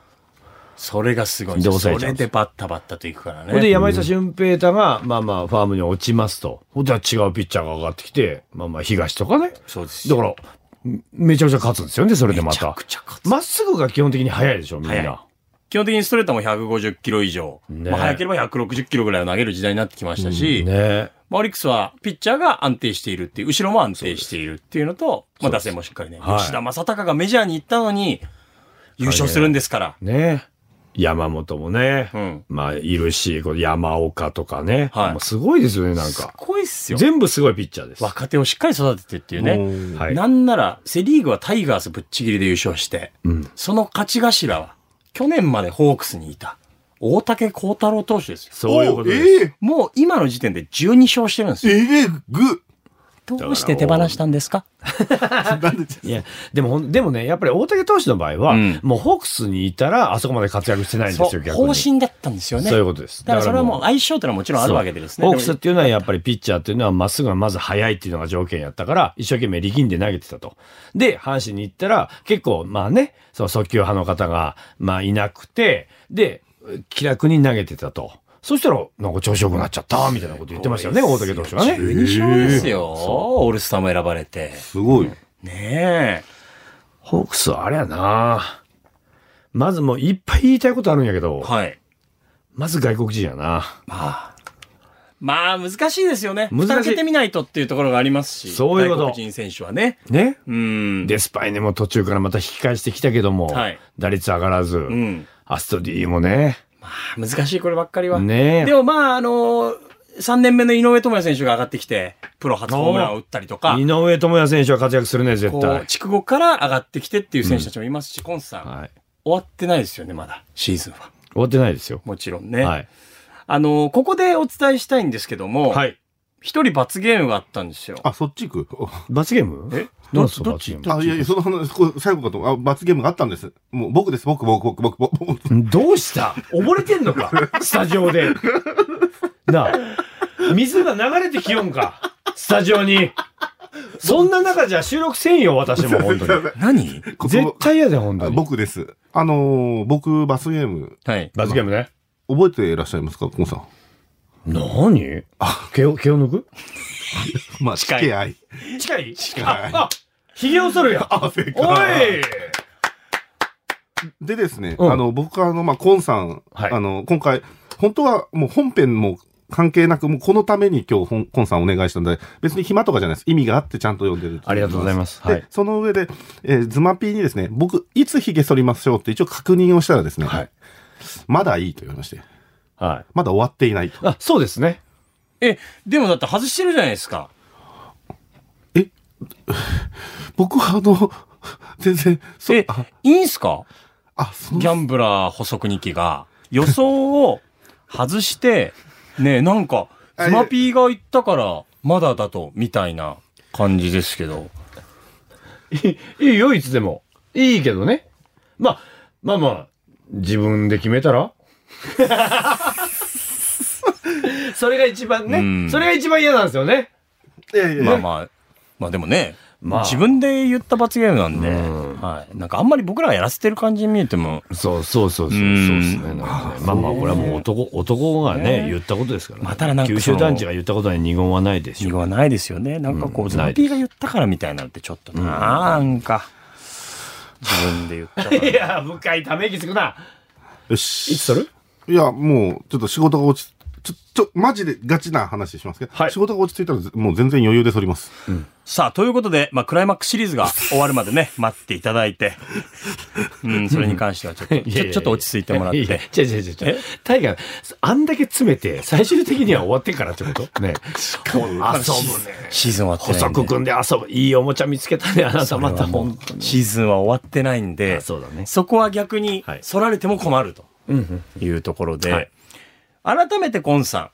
それがすごいんですで抑えよ。ちそゃうれんでですバッタバッタといくからほんでね。山下俊平太が、まあまあ、ファームに落ちますと。ほんで違うピッチャーが上がってきて、まあまあ、東とかね。そうですだよから、めちゃめちゃ勝つんですよね、それでまめちゃたく。ちゃ勝つまっすぐが基本的に速いでしょ、みん速いな。基本的にストレートも150キロ以上。ねまあ、早ければ160キロぐらいを投げる時代になってきましたし、ねまあオリックスはピッチャーが安定しているっていう、後ろも安定しているっていうのと、まあ打線もしっかりね、はい吉田正尚がメジャーに行ったのに、優勝するんですから。ね山本もね、うんまあ、いるし、この山岡とかね。はいもうすごいですよね、なんか。すごいっすよ。全部すごいピッチャーです。若手をしっかり育ててっていうね。はい。なんなら、セリーグはタイガースぶっちぎりで優勝して、うん。その勝ち頭は、去年までホークスにいた、大竹幸太郎投手ですよ。そういうことおです。ええもう今の時点で12勝してるんですよ。ええぐ。どうして手放したんですかなんでいや、でもほん、でもね、やっぱり大竹投手の場合は、うんもうホークスにいたら、あそこまで活躍してないんですそよ、う、逆に。方針だったんですよね。そういうことです。だからそれはだもう相性っていうのはもちろんあるわけでですね。そうホークスっていうのはやっぱぱりピッチャーっていうのはまっすぐがまず速いっていうのが条件やったから、一生懸命力んで投げてたと。で、阪神に行ったら、結構まあね、その速球派の方が、まあいなくて、で、気楽に投げてたと。そしたら、なんか調子良くなっちゃった、みたいなこと言ってましたよね、大竹投手がね。 12勝ですよ。オールスターも選ばれて。すごい。ねえ。ホークスはあれやなまずもういっぱい言いたいことあるんやけど、はい。まず外国人やなまあ。まあ、難しいですよね。難しい難しい。けてみないとっていうところがありますし。そういうこと外国人選手はね。ね。うん。デスパイネも途中からまた引き返してきたけども、はい打率上がらず、うん。アストディもね、まあ難しい、こればっかりは。ねえでもまあ、あの3年目の井上智也選手が上がってきて、プロ初ホームランを打ったりとか井、上智也選手は活躍するね、絶こう、対。筑後から上がってきてっていう選手たちもいますし、コンさん、はい。終わってないですよね、まだ、シーズンは。終わってないですよ。もちろんね。はい。あの、ここでお伝えしたいんですけども、はい。一人罰ゲームがあったんですよ。あ、そっち行く。罰ゲームえどうすど罰ゲームあ、いやいや、その話、こう最後かと思う、あ、罰ゲームがあったんです。もう、僕です、僕、僕、僕、僕、僕、僕。どうした溺れてんの かスタジオで。なあ。水が流れてきよんかスタジオに。そんな中じゃ収録せんよ、私も、本当に。何絶対嫌だよ、本当あに。僕です。あのー、僕、罰ゲーム、はい。罰ゲームね。覚えていらっしゃいますか、コンさん。何毛を、毛を抜くまあ、近い付き合い。近い近いあ、あ髭を剃るやん。あ、正お解。いでですね、うんあの、僕はあの、まあ、コンさん、はいあの、今回、本当はもう本編も関係なく、もうこのために今日本、コンさんお願いしたんで、別に暇とかじゃないです。意味があってちゃんと読んでる。ありがとうございます。はでい、。その上で、えーズマピーにですね、僕、いつ髭剃りましょうって一応確認をしたらですね、はいまだいいと言われまして、はい。まだ終わっていないと。あ、そうですね。え、でもだって外してるじゃないですか。僕はあの、 全然、そえあ、、いいんすかあ、そギャンブラー補足日記が予想を外して、ねえ、なんか、あスマピーが言ったから、まだだと、みたいな感じですけど。いいよ、いつでも。いいけどね。まあ、まあまあ、自分で決めたら それが一番うんね。それが一番嫌なんですよね。いやいやいまあや、まあ、まあでもね、まあ自分で言った罰ゲームなんで、うんはい。なんかあんまり僕らがやらせてる感じに見えても、そうそうそうそうう。そううんですね。なんかねまあまあ、これはもう男、男がね、言ったことですからね。またなんかその九州団地が言ったことに二言はないでし違ょう。はないですよね。なんかこうう、んズマピーが言ったからみたいなのってちょっとな、なんか、自分で言ったから。いや、深いため息つくな。よし。いつ取るいや、もう、ちょっと仕事が落ち、ちょ、ちょ、マジでガチな話しますけど、はい仕事が落ち着いたらず、もう全然余裕で剃ります。さあ、ということで、まあ、クライマックスシリーズが 終わるまでね、待っていただいて、 うん、それに関してはちょっと、いちやいやいょやちょっと落ち着いてもらっいやて。違う違う違う違う。タイガー、あんだけ詰めて、最終的には終わってからってことね。遊ぶね。シーズンは終わってない細んでく。組んで遊ぶ。いいおもちゃ見つけ たね、あなたまた本当に。シーズンは終わってないんで、あそうだねそこは逆にはい、反られても困るというところで、はい改めてコンさん、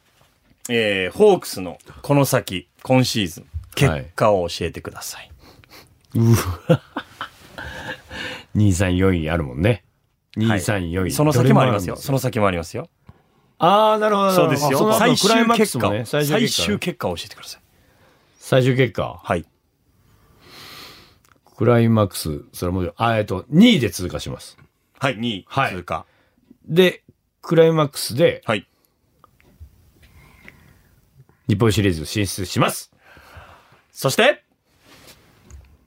えー、ホークスのこの先、今シーズン、結果を教えてください。 2、3、4位あるもんね。2、はい3、4位。その先もありますよ。どれその先もありますよ。ああ、なるほど。そうですあよ。の最クラ終イマック結ス果もを、ね最終最結果終ね。結果を教えてください。最終結果。はい。クライマックス、それも、あ、えっと、2位で通過します。はい、2位はい通過。で、クライマックスではい。日本シリーズ進出します。そして、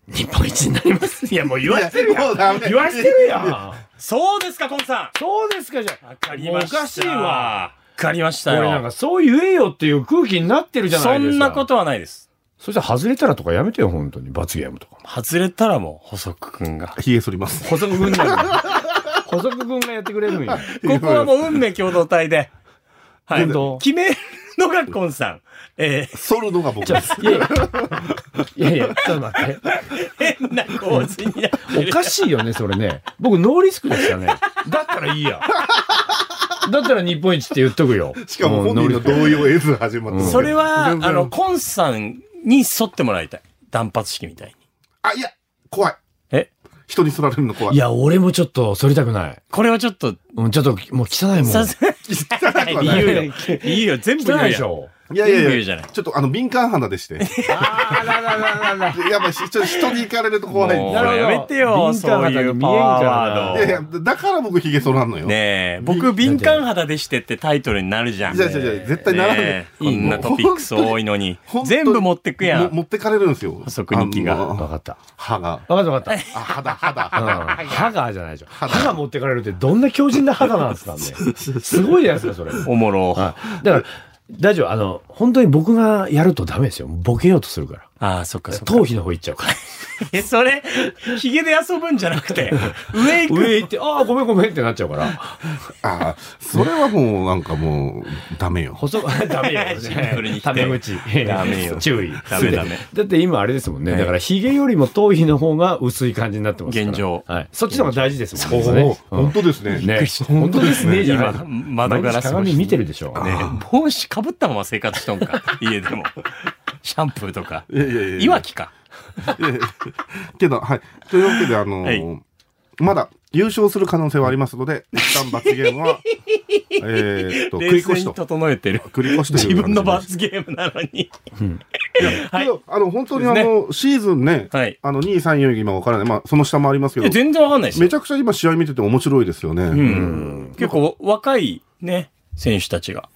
日本一になります。いや、もう言わせてるい やもやうダん。メ言わせてるやん。そうですか、コンさそうですか、じゃん。あ。わかりました。もうおかしいわ。。わかりましこたれなよ。んかそう言えよっていう空気になってるじゃなそいですか。んなこ。とはないです。そして外れたらとかやめてよ、本当に。罰ゲームとかも。外れたらもう、細くくんが。冷え剃ります。補足軍なんや補足軍がやってくれるんや。 ここはもう運命共同体で。はい。運動決めるのがコンさん。え剃るのが僕です。いやいや。いやいや、ちょっと待って。ー、変な構図になっておる。かしいよね、それね。僕、ノーリスクでしたね。だったらいいや。だったら日本一って言っとくよ。しかも本人のうんノーリ同意を得ず始まった。それは、あ全然の、コンさんに沿ってもらいたい。断髪式みたいに。あ、いや、怖い。え人に剃られるの怖スクい。い や、や、俺もちょっと、反りたくない。これはちょっと、うん、ちょっと、もう汚いもん。さすがくはに ない言う よ。いいよ、全部言う汚いでしよ。ょ。いやいや言ういじゃなや、いちょっとあの、敏感肌でして。あららららら。やっぱ、ちょっと人に行かれると怖いんもうでなるほどやめてよ、敏感そう肌いにう見パえんからワーいやドいや、だから僕ヒゲ剃らんのよ。ねえ、僕、敏感肌でしてってタイトルになるじゃん。じゃあじゃあじゃあ絶対ならんでねえこんなトピックス多いのに本。当に全部持ってくやもん。持ってかれるんですよ。細く日記があのわかった。歯が。わかったわかっあ、肌、肌、た。うん肌。 歯がじゃないでしょ。歯が持ってかれるってどんな強靭な肌なんですかね。すごいじゃないですか、それ。おもろ。あはいだから、大丈夫。あの、本当に僕がやるとダメですよ。ボケようとするから。あ、そっかそっか。頭皮の方行っちゃうから。え、それ、ヒゲで遊ぶんじゃなく て、上行く。 上行って、ああ、ごめんごめんってなっちゃうから。あ、それはもう、なんかもう、ダメよ。細、 ダメよ。シンプルに否定 タメ口。ダメよ 注意。ダメダメだって今あれですもんね。はいだから、髭よりも頭皮の方が薄い感じになってますから。現状はい。そっちの方が大事ですもんね。おおうん本当ですね。ね。本当ですね、じゃない今、窓ガラス越しに毎日鏡見てるでしょ。ね帽子かぶったまま生活しと んか。家でも。シャンプーとか。いやいやいやいやいわきか。けど、はい。というわけで、あのーはいまだ優勝する可能性はありますの で、一旦罰ゲームは、えーっと、繰り冷越静しにと。整え てる。繰り越しという 自分の感じ罰ゲームなのに。ではすけい。どあの、本当にあの、シーズンね、はいあの、2位、3位、4位、今分からない。まあ、その下もありますけいやど、全然わかんないですよめちゃくちゃ今試合見てて面白いですよね。うん、結構若いね、選手たちが。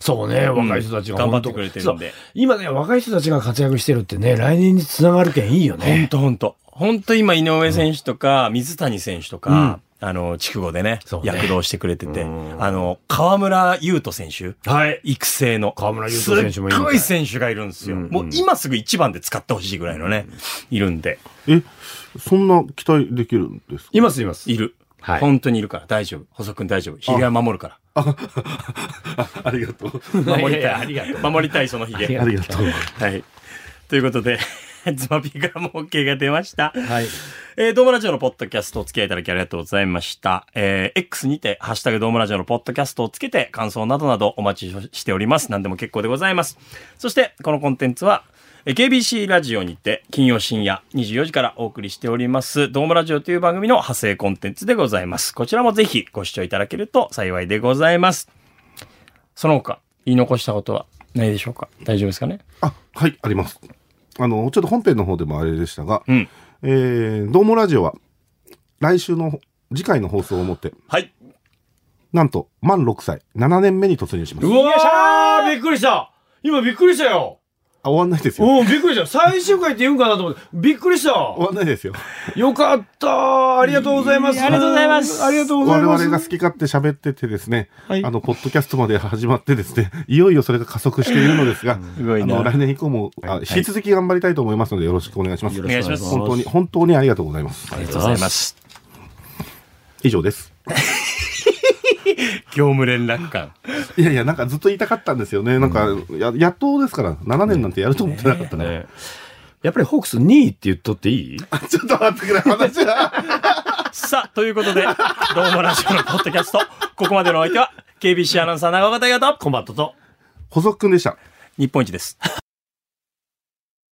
そうね、若い人たちがうん頑張っ本当てくれてるんでそう今ね、若い人たちが活躍してるってね、来年につながるけんいいよほんね。とほんと。ほんと今、井上選手とか、水谷選手とか、あの、筑後でねそう、ね躍動してくれてて、あの、河村優斗選手、はい。育成の。河村勇斗選手もいるすんっだごい選手がいるんですよ。うんうんもう今すぐ一番で使ってほしいぐらいのね、いるんで。え、そんな期待できるんですかいますいます。いる。はい本当にいるから大丈夫。細くん大丈夫。ヒゲは守るから。ありがとう。守り いやいやたありがい。守りたい、そのヒゲ。 ありがとう。はい。ということで、 ズマピーからも OK が出ました。はい。えー、ドームラジオのポッドキャストお付き合いいただきありがとうございました。えー、X にて、ハッシュタグドームラジオのポッドキャストをつけて、感想などなどお待ちしております。何でも結構でございます。そして、このコンテンツは、えー KBC ラジオにて、金曜深夜24時からお送りしております、ドームラジオという番組の派生コンテンツでございます。こちらもぜひご視聴いただけると幸いでございます。その他、言い残したことはないでしょうか大丈夫ですかねあ、はい、あります。あの、ちょっと本編の方でもあれでしたが、うん。えー、どうもラジオは、来週の、次回の放送をもって、はい。なんと、満6歳、7年目に突入します。うわーびっくりした今びっくりしたよあ、終わんないですよ。うん、びっくりした。最終回って言うんかなと思って。びっくりした終わんないですよ。よかったーありがとうございます。ありがとうございます。ありがとうござ我います。々が好き勝手喋っててですね、はいあの、ポッドキャストまで始まってですね、いよいよそれが加速しているのです が、ごいあなの、来年以降も、あ引き続き頑張りたいと思いますので、よろしくお願いします。お願いします。本当に、本当にありがとうございますあ。りがとうございます。以上です。業務連絡官。いやいや、なんかずっと言いたかったんですよね。なんか、や、やっとですから、7年なんてやると思ってなかったね。ね。やっぱりホークス2位って言っとっていい ちょっと待ってくれ、話が。 さあ、ということで、どうもラジオのポッドキャスト、ここまでのお相手は、KBC アナウンサー長岡大和と、コンバットと。細くんでした。日本一です。